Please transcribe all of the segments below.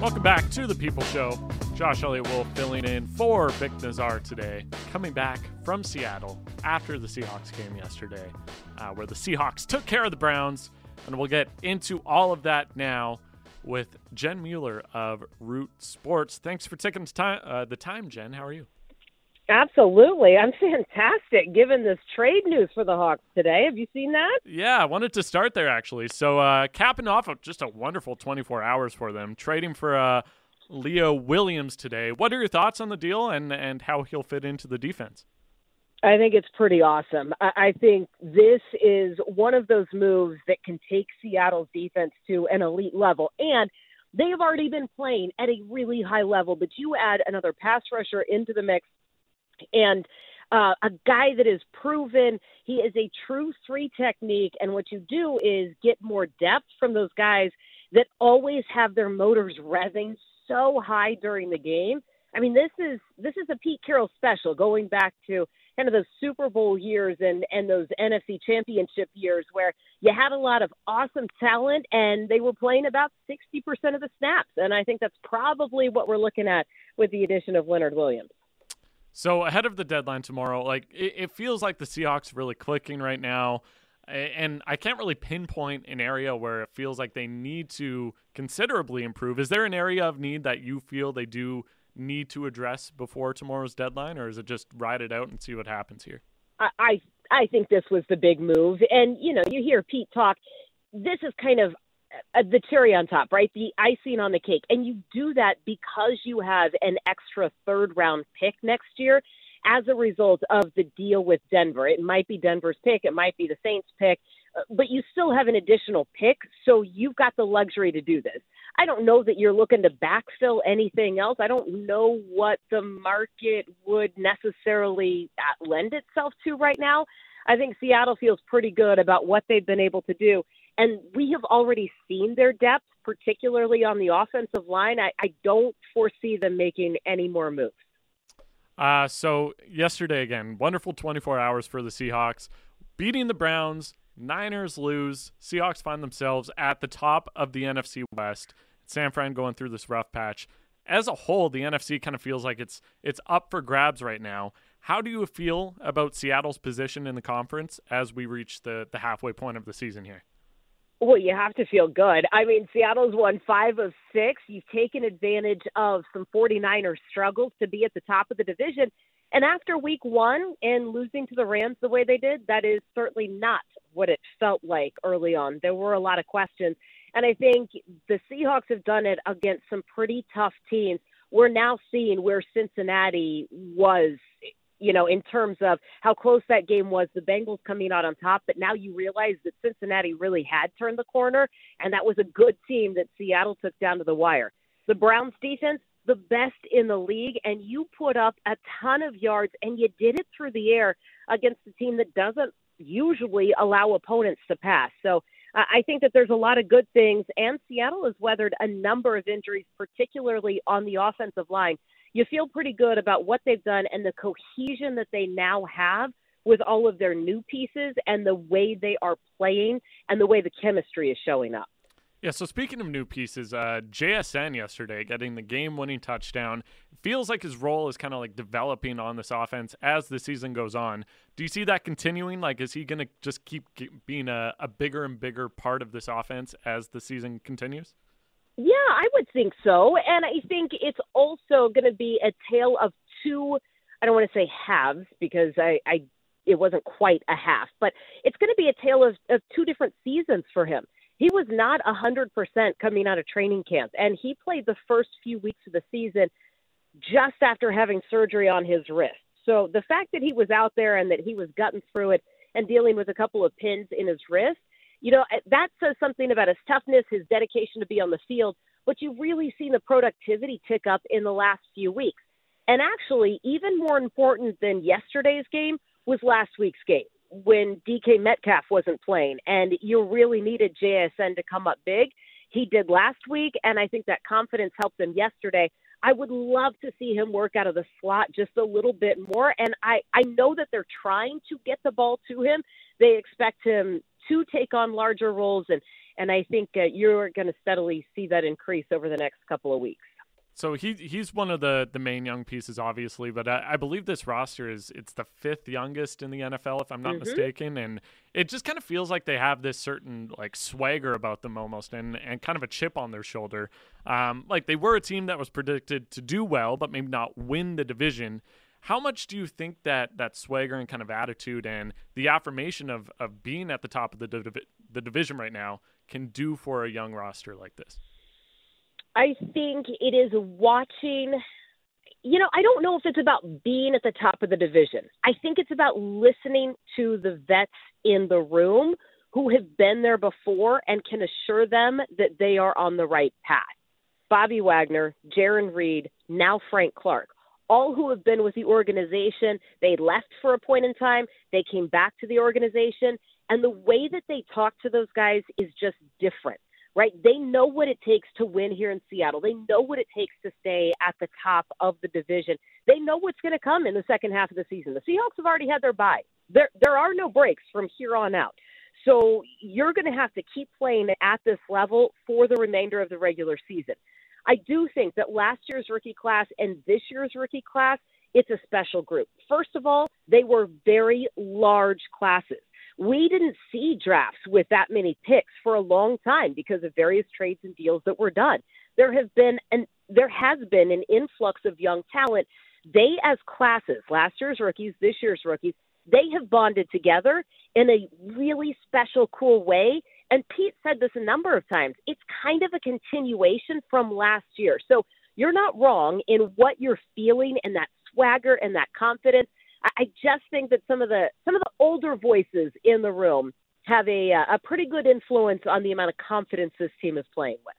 Welcome back to the People Show. Josh Elliott Wolf filling in for Vic Nazar today, coming back from Seattle after the Seahawks game yesterday, uh, where the Seahawks took care of the Browns. And we'll get into all of that now with Jen Mueller of Root Sports. Thanks for taking the time, uh, the time Jen. How are you? Absolutely. I'm fantastic given this trade news for the Hawks today. Have you seen that? Yeah, I wanted to start there actually. So uh, capping off of just a wonderful 24 hours for them, trading for uh, Leo Williams today. What are your thoughts on the deal and and how he'll fit into the defense? I think it's pretty awesome. I, I think this is one of those moves that can take Seattle's defense to an elite level. And they have already been playing at a really high level, but you add another pass rusher into the mix and uh, a guy that is proven. He is a true three technique. And what you do is get more depth from those guys that always have their motors revving so high during the game. I mean, this is this is a Pete Carroll special going back to kind of those Super Bowl years and and those NFC Championship years where you had a lot of awesome talent and they were playing about 60% of the snaps and I think that's probably what we're looking at with the addition of Leonard Williams. So ahead of the deadline tomorrow, like it, it, feels like the Seahawks really clicking right now, and I can't really pinpoint an area where it feels like they need to considerably improve. Is there an area of need that you feel they do need to address before tomorrow's deadline, or is it just ride it out and see what happens here? I I, I think this was the big move, and you know you hear Pete talk. This is kind of uh, the cherry on top, right? The icing on the cake. And you do that because you have an extra third round pick next year as a result of the deal with Denver. It might be Denver's pick, it might be the Saints' pick, Uh, but you still have an additional pick. So you've got the luxury to do this. I don't know that you're looking to backfill anything else. I don't know what the market would necessarily uh, lend itself to right now. I think Seattle feels pretty good about what they've been able to do. And we have already seen their depth, particularly on the offensive line. I, I don't foresee them making any more moves. Uh, so, yesterday again, wonderful 24 hours for the Seahawks. Beating the Browns, Niners lose. Seahawks find themselves at the top of the NFC West. San Fran going through this rough patch. As a whole, the NFC kind of feels like it's it's up for grabs right now. How do you feel about Seattle's position in the conference as we reach the, the halfway point of the season here? Well, you have to feel good. I mean, Seattle's won five of six. You've taken advantage of some 49ers struggles to be at the top of the division. And after week one and losing to the Rams the way they did, that is certainly not what it felt like early on. There were a lot of questions. And I think the Seahawks have done it against some pretty tough teams. We're now seeing where Cincinnati was you know, in terms of how close that game was, the Bengals coming out on top, but now you realize that Cincinnati really had turned the corner, and that was a good team that Seattle took down to the wire. The Browns defense, the best in the league, and you put up a ton of yards, and you did it through the air against a team that doesn't usually allow opponents to pass. So uh, I think that there's a lot of good things, and Seattle has weathered a number of injuries, particularly on the offensive line you feel pretty good about what they've done and the cohesion that they now have with all of their new pieces and the way they are playing and the way the chemistry is showing up. Yeah, so speaking of new pieces, uh, JSN yesterday getting the game winning touchdown feels like his role is kind of like developing on this offense as the season goes on. Do you see that continuing? Like, is he going to just keep being a, a bigger and bigger part of this offense as the season continues? Yeah, I would think so. And I think it's also going to be a tale of two, I don't want to say halves because I, I it wasn't quite a half, but it's going to be a tale of, of two different seasons for him. He was not a 100% coming out of training camp, and he played the first few weeks of the season just after having surgery on his wrist. So the fact that he was out there and that he was gutting through it and dealing with a couple of pins in his wrist you know eh, that says something about his toughness his dedication to be on the field but you've really seen the productivity tick up in the last few weeks and actually even more important than yesterday's game was last week's game when DK Metcalf wasn't playing and you really needed JSN to come up big he did last week and I think that confidence helped him yesterday I would love to see him work out of the slot just a little bit more and I I know that they're trying to get the ball to him they expect him to take on larger roles and And I think uh, you're going to steadily see that increase over the next couple of weeks. So he he's one of the the main young pieces, obviously, but I, I believe this roster is it's the fifth youngest in the NFL, if I'm not Mhm. mistaken, and it just kind of feels like they have this certain like swagger about them almost, and and kind of a chip on their shoulder. Um, like they were a team that was predicted to do well, but maybe not win the division. How much do you think that that swagger and kind of attitude and the affirmation of of being at the top of the div- the division right now can do for a young roster like this? I think it is watching. You know, I don't know if it's about being at the top of the division. I think it's about listening to the vets in the room who have been there before and can assure them that they are on the right path. Bobby Wagner, Jaron Reed, now Frank Clark, all who have been with the organization. They left for a point in time, they came back to the organization, and the way that they talk to those guys is just different right? They know what it takes to win here in Seattle. They know what it takes to stay at the top of the division. They know what's going to come in the second half of the season. The Seahawks have already had their bye. There there are no breaks from here on out. So you're going to have to keep playing at this level for the remainder of the regular season. I do think that last year's rookie class and this year's rookie class, it's a special group. First of all, they were very large classes we didn't see drafts with that many picks for a long time because of various trades and deals that were done. There have been an there has been an influx of young talent. They as classes, last year's rookies, this year's rookies, they have bonded together in a really special cool way. And Pete said this a number of times. It's kind of a continuation from last year. So you're not wrong in what you're feeling and that swagger and that confidence. I I just think that some of the some of the older voices in the room have a uh, a pretty good influence on the amount of confidence this team is playing with.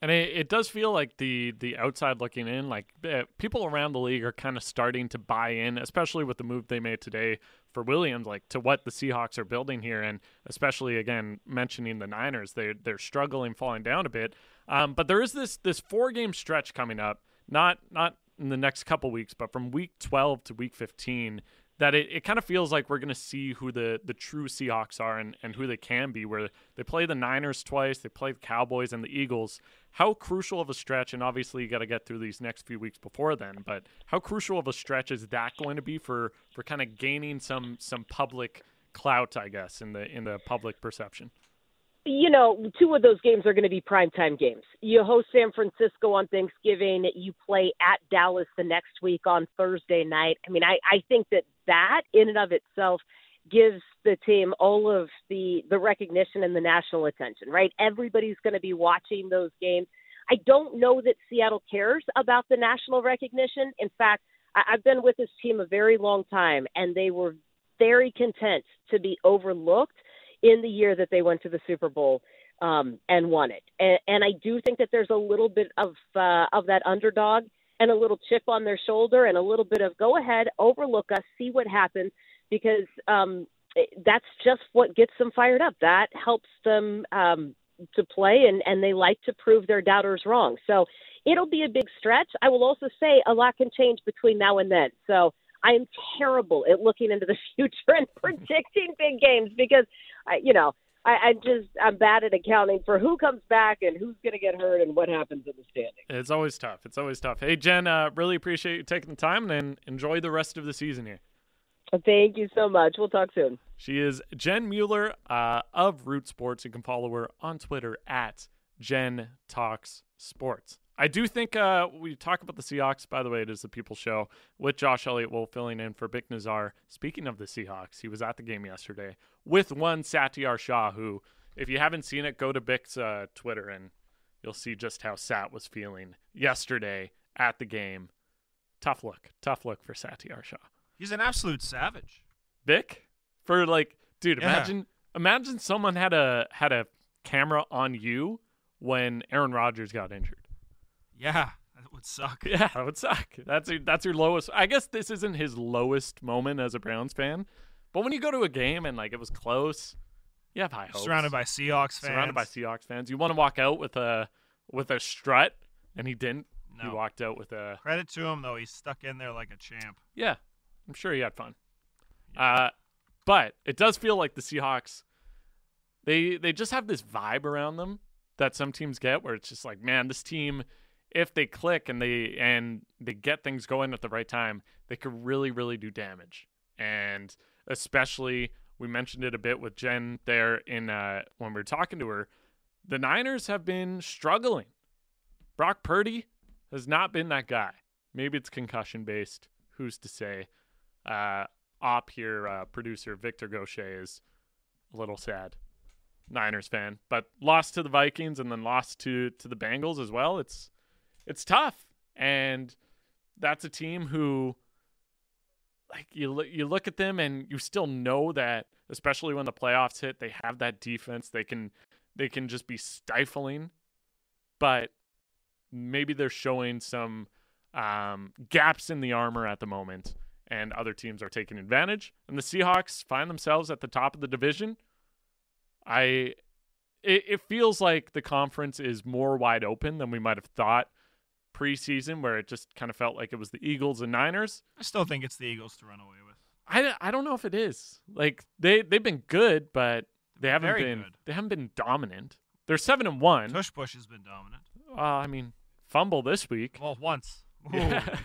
And it, it does feel like the the outside looking in, like uh, people around the league are kind of starting to buy in, especially with the move they made today for Williams, like to what the Seahawks are building here, and especially again mentioning the Niners, they they're struggling, falling down a bit. Um, but there is this this four game stretch coming up, not not in the next couple weeks, but from week twelve to week fifteen, that it, it kind of feels like we're going to see who the, the true Seahawks are and, and who they can be, where they play the Niners twice, they play the Cowboys and the Eagles. How crucial of a stretch, and obviously you got to get through these next few weeks before then, but how crucial of a stretch is that going to be for, for kind of gaining some some public clout, I guess, in the in the public perception? you know, two of those games are going to be primetime games. You host San Francisco on Thanksgiving. You play at Dallas the next week on Thursday night. I mean, I, I think that that in and of itself gives the team all of the the recognition and the national attention, right? Everybody's going to be watching those games. I don't know that Seattle cares about the national recognition. In fact, I, I've been with this team a very long time, and they were very content to be overlooked in the year that they went to the Super Bowl um, and won it. And, and I do think that there's a little bit of uh, of that underdog and a little chip on their shoulder and a little bit of go ahead, overlook us, see what happens, because um, it- that's just what gets them fired up. That helps them um, to play, and, and they like to prove their doubters wrong. So it'll be a big stretch. I will also say a lot can change between now and then. So. I am terrible at looking into the future and predicting big games because I, you know, I, I just I'm bad at accounting for who comes back and who's going to get hurt and what happens in the standings. It's always tough. It's always tough. Hey, Jen, uh, really appreciate you taking the time and enjoy the rest of the season here. Thank you so much. We'll talk soon. She is Jen Mueller uh, of Root Sports. You can follow her on Twitter at Jen Talks Sports. I do think uh, we talk about the Seahawks. By the way, it is the People Show with Josh Elliott Will filling in for Bick Nazar. Speaking of the Seahawks, he was at the game yesterday with one Satyar Shah, who, if you haven't seen it, go to Bick's uh, Twitter and you'll see just how Sat was feeling yesterday at the game. Tough look. Tough look for Satyar Shah. He's an absolute savage. Vic for like dude Yeah. imagine imagine someone had a had a camera on you when Aaron Rodgers got injured. Yeah, that would suck. Yeah, that would suck. That's your, that's your lowest. I guess this isn't his lowest moment as a Browns fan, but when you go to a game and like it was close, you have high hopes. Surrounded by Seahawks fans. surrounded by Seahawks fans, you want to walk out with a with a strut, and he didn't. He No. walked out with a Credit to him though, he stuck in there like a champ. Yeah, I'm sure he had fun. Uh, but it does feel like the Seahawks They they just have this vibe around them that some teams get where it's just like, man, this team if they click and they and they get things going at the right time, they could really really do damage. And especially we mentioned it a bit with Jen there in uh, when we were talking to her, the Niners have been struggling. Brock Purdy has not been that guy. Maybe it's concussion based. Who's to say? Uh, op here, uh, producer Victor Gaucher is a little sad. Niners fan, but lost to the Vikings and then lost to to the Bengals as well. It's it's tough, and that's a team who like you lo- you look at them and you still know that, especially when the playoffs hit, they have that defense. They can they can just be stifling, but maybe they're showing some um, gaps in the armor at the moment, and other teams are taking advantage. And the Seahawks find themselves at the top of the division. I it, it feels like the conference is more wide open than we might have thought preseason, where it just kind of felt like it was the Eagles and Niners. I still think it's the Eagles to run away with. I, d- I don't know if it is. Like they they've been good, but they haven't Very been good. they haven't been dominant. They're seven and one. Uh, Tush Bush has been dominant. I mean, fumble this week. Well, once. Ooh. Yeah.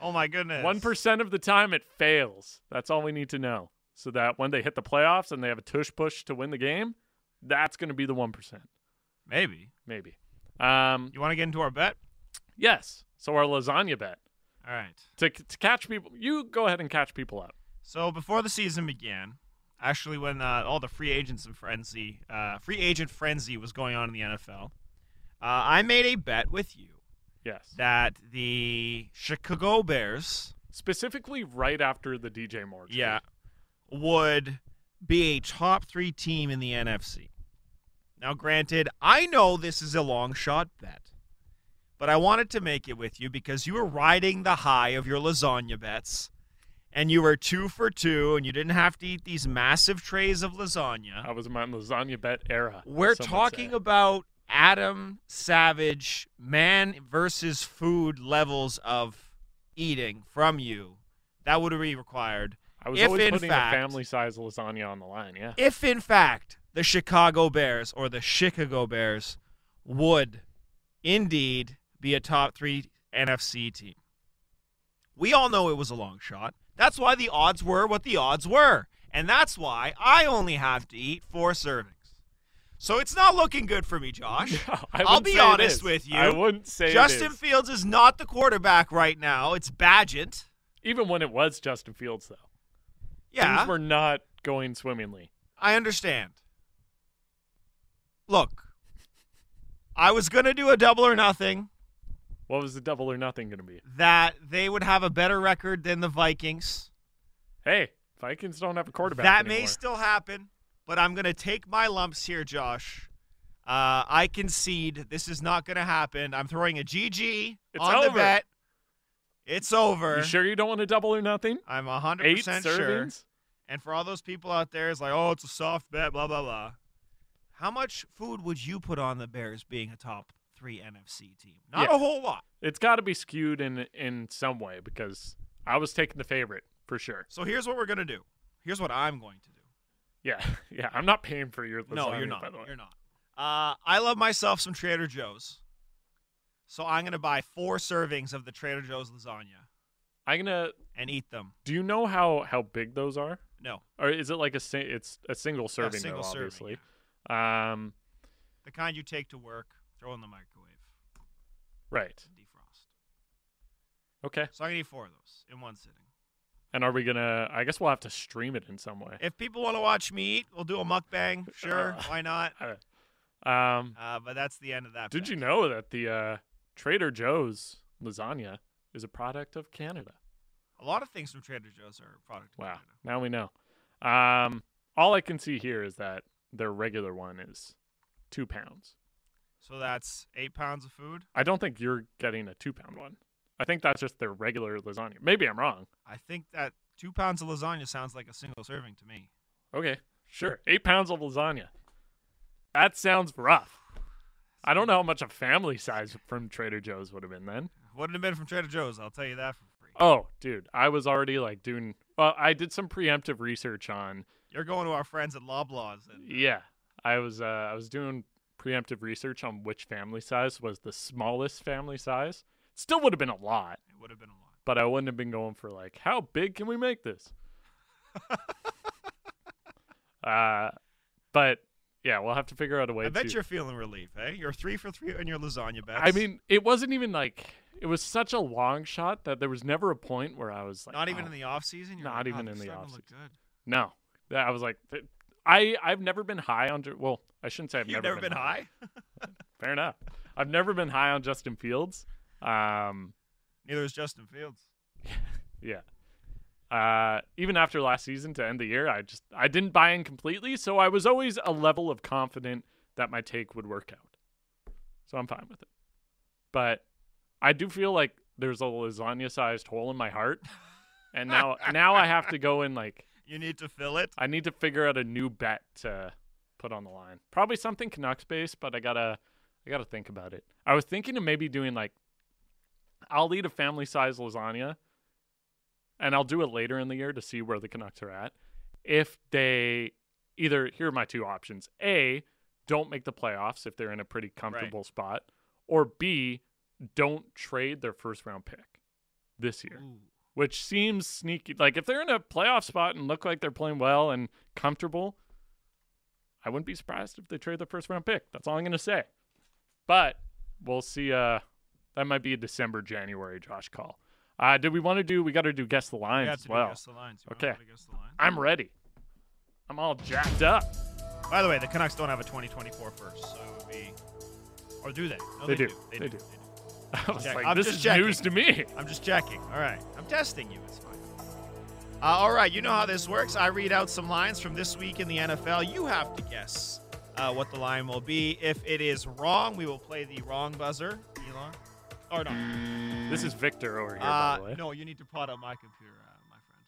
Oh my goodness. One percent of the time it fails. That's all we need to know. So that when they hit the playoffs and they have a tush push to win the game, that's going to be the one percent, Maybe. maybe. Um, You want to get into our bet? yes. So our lasagna bet All right. to to catch people. You go ahead and catch people up. So before the season began, actually, when uh, all the free agents and frenzy, uh, free agent frenzy was going on in the NFL, uh, I made a bet with you Yes. that the Chicago Bears, Specifically, right after the DJ Moore. trade. yeah, would be a top three team in the NFC. Now, granted, I know this is a long shot bet, but I wanted to make it with you because you were riding the high of your lasagna bets, and you were two for two, and you didn't have to eat these massive trays of lasagna. I was in my lasagna bet era. We're some would talking say. about Adam Savage, man versus food levels of eating from you. That would be required. I was if always in putting fact- a family size lasagna on the line. Yeah. If, in fact, the Chicago Bears or the Chicago Bears would indeed be a top three NFC team, we all know it was a long shot. That's why the odds were what the odds were. And that's why I only have to eat four servings. So it's not looking good for me, Josh. I I'll wouldn't be say it honest is. with you. I wouldn't say it Justin is. Fields is not the quarterback right now. It's Badgett. Even when it was Justin Fields, though, Yeah, things were not going swimmingly. I understand. Look, I was going to do a double or nothing What was the double or nothing going to be? that they would have a better record than the Vikings. Hey, Vikings don't have a quarterback. That may anymore. still happen, but I'm going to take my lumps here, Josh. Uh, I concede this is not going to happen. I'm throwing a GG It's on the over. bet. It's over. You sure you don't want a double or nothing? I'm 100% Eight sure. servings. And for all those people out there, it's like, oh, it's a soft bet, blah, blah, blah. How much food would you put on the Bears being a top three NFC team? Not Yeah. a whole lot. It's got to be skewed in in some way because I was taking the favorite for sure. So here's what we're going to do. Here's what I'm going to do. Yeah, yeah. I'm not paying for your. Lasagna, no, you're By not. the way. You're not. Uh, I love myself some Trader Joe's. So I'm going to buy four servings of the Trader Joe's lasagna I'm gonna. and eat them. Do you know how how big those are? No. or is it like a sing- it's a single serving though, single serving, obviously um The kind you take to work, throw in the microwave, right and defrost. okay So I'm going to eat four of those in one sitting. and are we gonna i guess we'll have to stream it in some way If people want to watch me eat, we'll do a mukbang. Sure. Uh, Why not? um Uh, but that's the end of that. did bet. you know that the uh trader joe's lasagna is a product of canada A lot of things from Trader Joe's are a product. of wow Canada. now we know um all i can see here is that their regular one is two pounds So that's eight pounds of food. i don't think you're getting a two pound one i think that's just their regular lasagna maybe i'm wrong I think that two pounds of lasagna sounds like a single serving to me. Okay, sure. Eight pounds of lasagna. That sounds rough. I don't know how much a family size from Trader Joe's would have been then. Wouldn't have been from Trader Joe's. I'll tell you that for free. Oh, dude, I was already like doing. Well, I did some preemptive research on. You're going to our friends at Loblaws, and Yeah, I was uh, I was doing preemptive research on which family size was the smallest family size. Still would have been a lot, It would have been a lot. but I wouldn't have been going for like how big can we make this? uh, but yeah, we'll have to figure out a way. I bet to... you're feeling relief, eh? You're three for three on your lasagna bets. I mean, it wasn't even like it was such a long shot that there was never a point where I was like, not even "Oh, in the off season. Not like, even "Oh, in this the doesn't look good." no. That I was like, th- I I've never been high on. Ju- Well, I shouldn't say I've You've never, been, high? Fair enough. I've never been high on Justin Fields. Um, Neither is Justin Fields. yeah. Uh, even after last season to end the year, I just I didn't buy in completely, so I was always a level of confident that my take would work out. So I'm fine with it. But I do feel like there's a lasagna-sized hole in my heart, and now now I have to go and like You need to fill it. I need to figure out a new bet to put on the line. Probably something Canucks based, but I gotta I gotta think about it. I was thinking of maybe doing like I'll eat a family size lasagna and I'll do it later in the year to see where the Canucks are at. If they either here are my two options. A, don't make the playoffs if they're in a pretty comfortable spot, or B, don't trade their first round pick this year Ooh. which seems sneaky. Like if they're in a playoff spot and look like they're playing well and comfortable, I wouldn't be surprised if they trade their first round pick. That's all I'm gonna say. But we'll see. Uh, that might be a December January Josh call. Uh, do we want to do? We got to do guess the We lines have as to well. do guess the lines. You wanna Okay. try to guess the lines? I'm ready. I'm all jacked up. By the way, the Canucks don't have a 2024 first, so it would be. Or do they? No, They they, do. They do. They do. I was Jack- like, I'm this just is checking. news to me. I'm just checking. All right. I'm testing you. It's fine. Uh, all right. You know how this works. I read out some lines from this week in the NFL. You have to guess uh, what the line will be. If it is wrong, we will play the wrong buzzer. Elon? Or not. This is Victor over here, by the Uh, way. no, you need to pot up my computer, uh, my friend.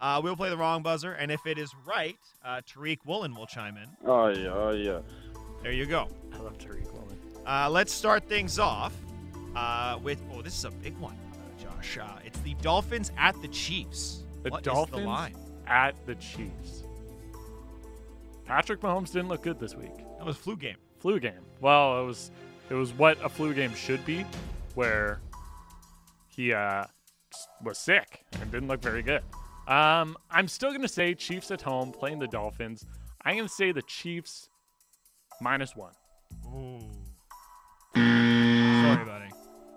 Uh, we'll play the wrong buzzer, and if it is right, uh, Tariq Woolen will chime in. Oh yeah, oh yeah. There you go. I love Tariq Woolen. Uh, let's start things off uh, with oh, this is a big one, uh, Josh. Uh, it's the Dolphins at the Chiefs. The What is Dolphins the line? at the Chiefs. Patrick Mahomes didn't look good this week. That was flu game. flu game. Well, it was it was what a flu game should be, where he uh, s- was sick and didn't look very good. Um, I'm still gonna say Chiefs at home playing the Dolphins. I'm gonna say the Chiefs minus one. Ooh. Sorry, buddy.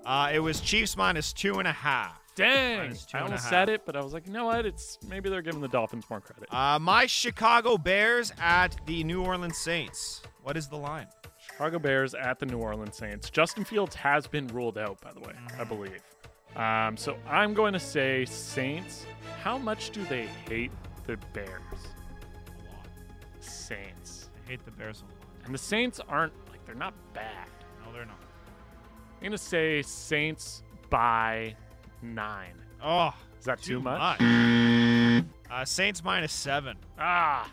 Uh, it was Chiefs minus two and a half. Dang, Minus two I and a almost half. said it, but I was like, you know what? It's maybe they're giving the Dolphins more credit. Uh, my Chicago Bears at the New Orleans Saints. What is the line? Chicago Bears at the New Orleans Saints. Justin Fields has been ruled out, by the way, I Mm-hmm. believe. Um, so I'm going to say Saints. How much do they hate the Bears? Saints. I hate the Bears a lot. And the Saints aren't like they're not bad. No, they're not. I'm gonna say Saints by nine. Oh, Is that too, much? Uh, Saints minus seven. Ah.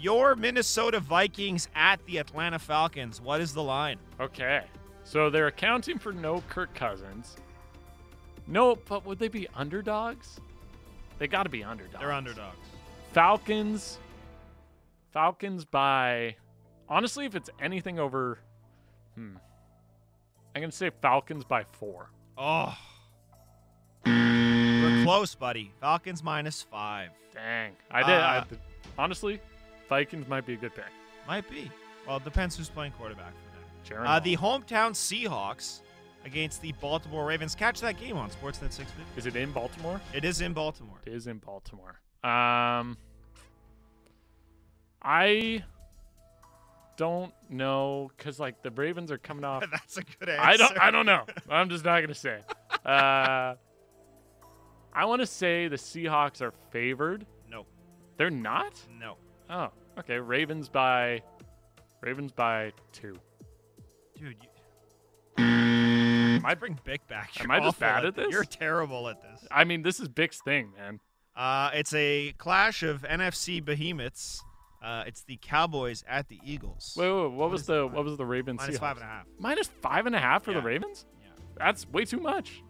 Your Minnesota Vikings at the Atlanta Falcons. What is the line? Okay. So they're accounting for no Kirk Cousins. No, but would they be underdogs? They got to be underdogs. They're underdogs. Falcons. Falcons by. Honestly, if it's anything over, hmm, I'm gonna say Falcons by four. Oh. We're close, buddy. Falcons minus five. Dang, I did. I Uh, honestly, Vikings might be a good pick. Might be. Well, it depends who's playing quarterback for Jaron that. Uh, Hall. the hometown Seahawks against the Baltimore Ravens. Catch that game on Sportsnet 650. is it in Baltimore? It is in Baltimore. It is in Baltimore. Um, I don't know because like the Ravens are coming off. That's a good answer. I don't. I don't know. I'm just not gonna say. Uh, I want to say the Seahawks are favored. No, They're not. no. Oh, okay. Ravens by, Ravens by two. Dude, you, I My, bring Bick back. Mm. Am You're I just awful bad at thi- this? You're terrible at this. I mean, this is Bick's thing, man. Uh, it's a clash of NFC behemoths. Uh, it's the Cowboys at the Eagles. Wait, wait, what was is the mine? what was the Ravens? Minus Seahawks? five and a half. Minus five and a half for the Yeah. Ravens? Yeah. That's way too much.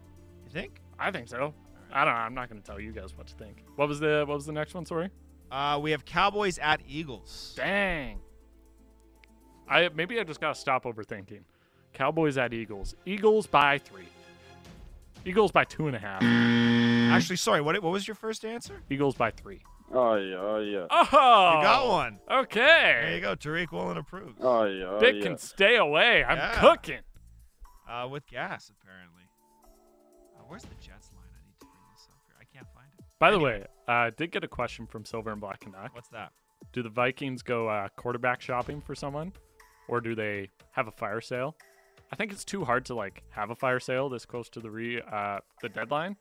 You think? I think so. I don't. know. I'm not going to tell you guys what to think. What was the What was the next one? Sorry. Uh, we have Cowboys at Eagles. Dang. I maybe I just gotta stop overthinking. Cowboys at Eagles. Eagles by three. Eagles by two and a half. Actually, sorry. What what was your first answer? Eagles by three. Oh yeah, oh yeah, Oh, You got one. There you Okay. go. Tariq Woolen approves. oh yeah, oh, Dick yeah. can stay away. I'm Yeah. cooking. Uh, with gas, apparently. Uh, where's the Jets line? I need to bring this up here. I can't find it. By the way, uh, I did get a question from Silver and Black and Knock. What's that? Do the Vikings go uh, quarterback shopping for someone, or do they have a fire sale? I think it's too hard to like have a fire sale this close to the re uh, the deadline,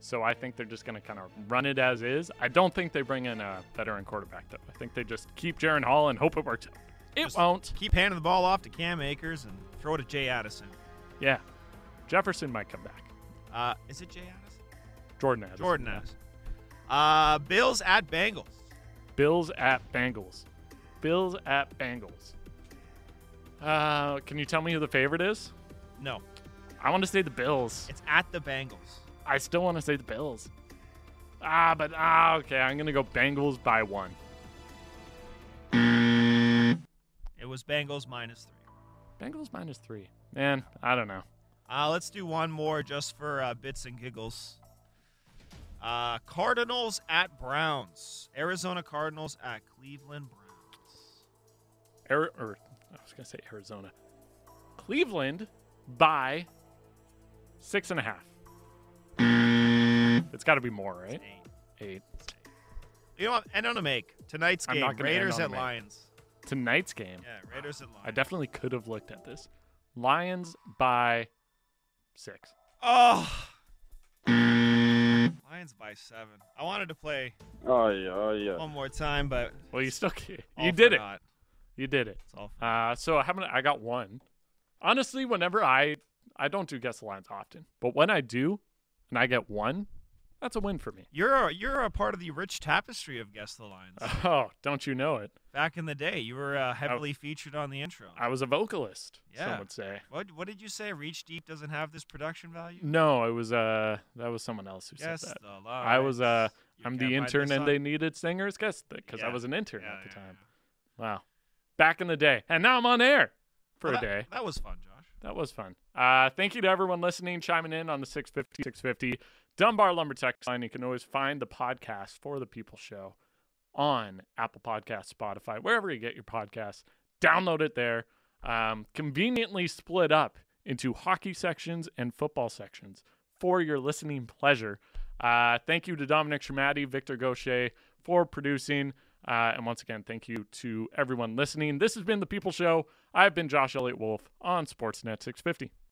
so I think they're just gonna kind of run it as is. I don't think they bring in a veteran quarterback though. I think they just keep Jaron Hall and hope it works. out. It Just- won't. Keep handing the ball off to Cam Akers and throw it to Jay Addison. Yeah, Jefferson might come back. Uh, is it Jay Addison? Jordan Addison. Jordan Addison. Uh, Bills at Bengals. Bills at Bengals. Bills at Bengals. Uh, can you tell me who the favorite is? No, I want to say the Bills. it's at the Bengals. I still want to say the Bills. Ah, but ah, okay. I'm gonna go Bengals by one. It was Bengals minus three. Bengals minus three. Man, I don't know. Uh, let's do one more just for uh, bits and giggles. Uh, Cardinals at Browns. Arizona Cardinals at Cleveland Browns. Ari- or I was gonna say Arizona, Cleveland by six and a half. It's got to be more, right? Eight. Eight. You know what? End on a make. Tonight's I'm game. not gonna end Raiders on a at make. Lions. Tonight's game. Yeah, Raiders at Lions. I definitely could have looked at this. Lions by six. Oh. Lions by seven. I wanted to play oh yeah, oh yeah. one more time, but Well, you still can't. all you for did it. naught. You did it. It's all for- Uh, so how many? I got one. Honestly, whenever I I don't do guess the lines often, but when I do, and I get one, that's a win for me. You're a, you're a part of the rich tapestry of guess the lines. Oh, don't you know it? Back in the day, you were uh, heavily featured on the intro. I was a vocalist. Some Yeah. would say. What what did you say? Reach deep doesn't have this production value. No, it was uh that was someone else who Yes, said that. the I was uh lines. You I'm can't the find intern this and they on- needed singers. Guess because I Yeah. was an intern Yeah, at the yeah, time. yeah. Wow, back in the day, and now I'm on air for Well, a that- day. That was fun, Josh. That was fun. Uh, thank you to everyone listening, chiming in on the 650, 650 Dunbar Lumber Text line. You can always find the podcast for the People Show on Apple Podcasts, Spotify, wherever you get your podcasts. Download it there. Um, conveniently split up into hockey sections and football sections for your listening pleasure. Uh, thank you to Dominic Schmatti, Victor Gaucher for producing. Uh, and once again, thank you to everyone listening. This has been The People Show. I've been Josh Elliott Wolf on Sportsnet 650.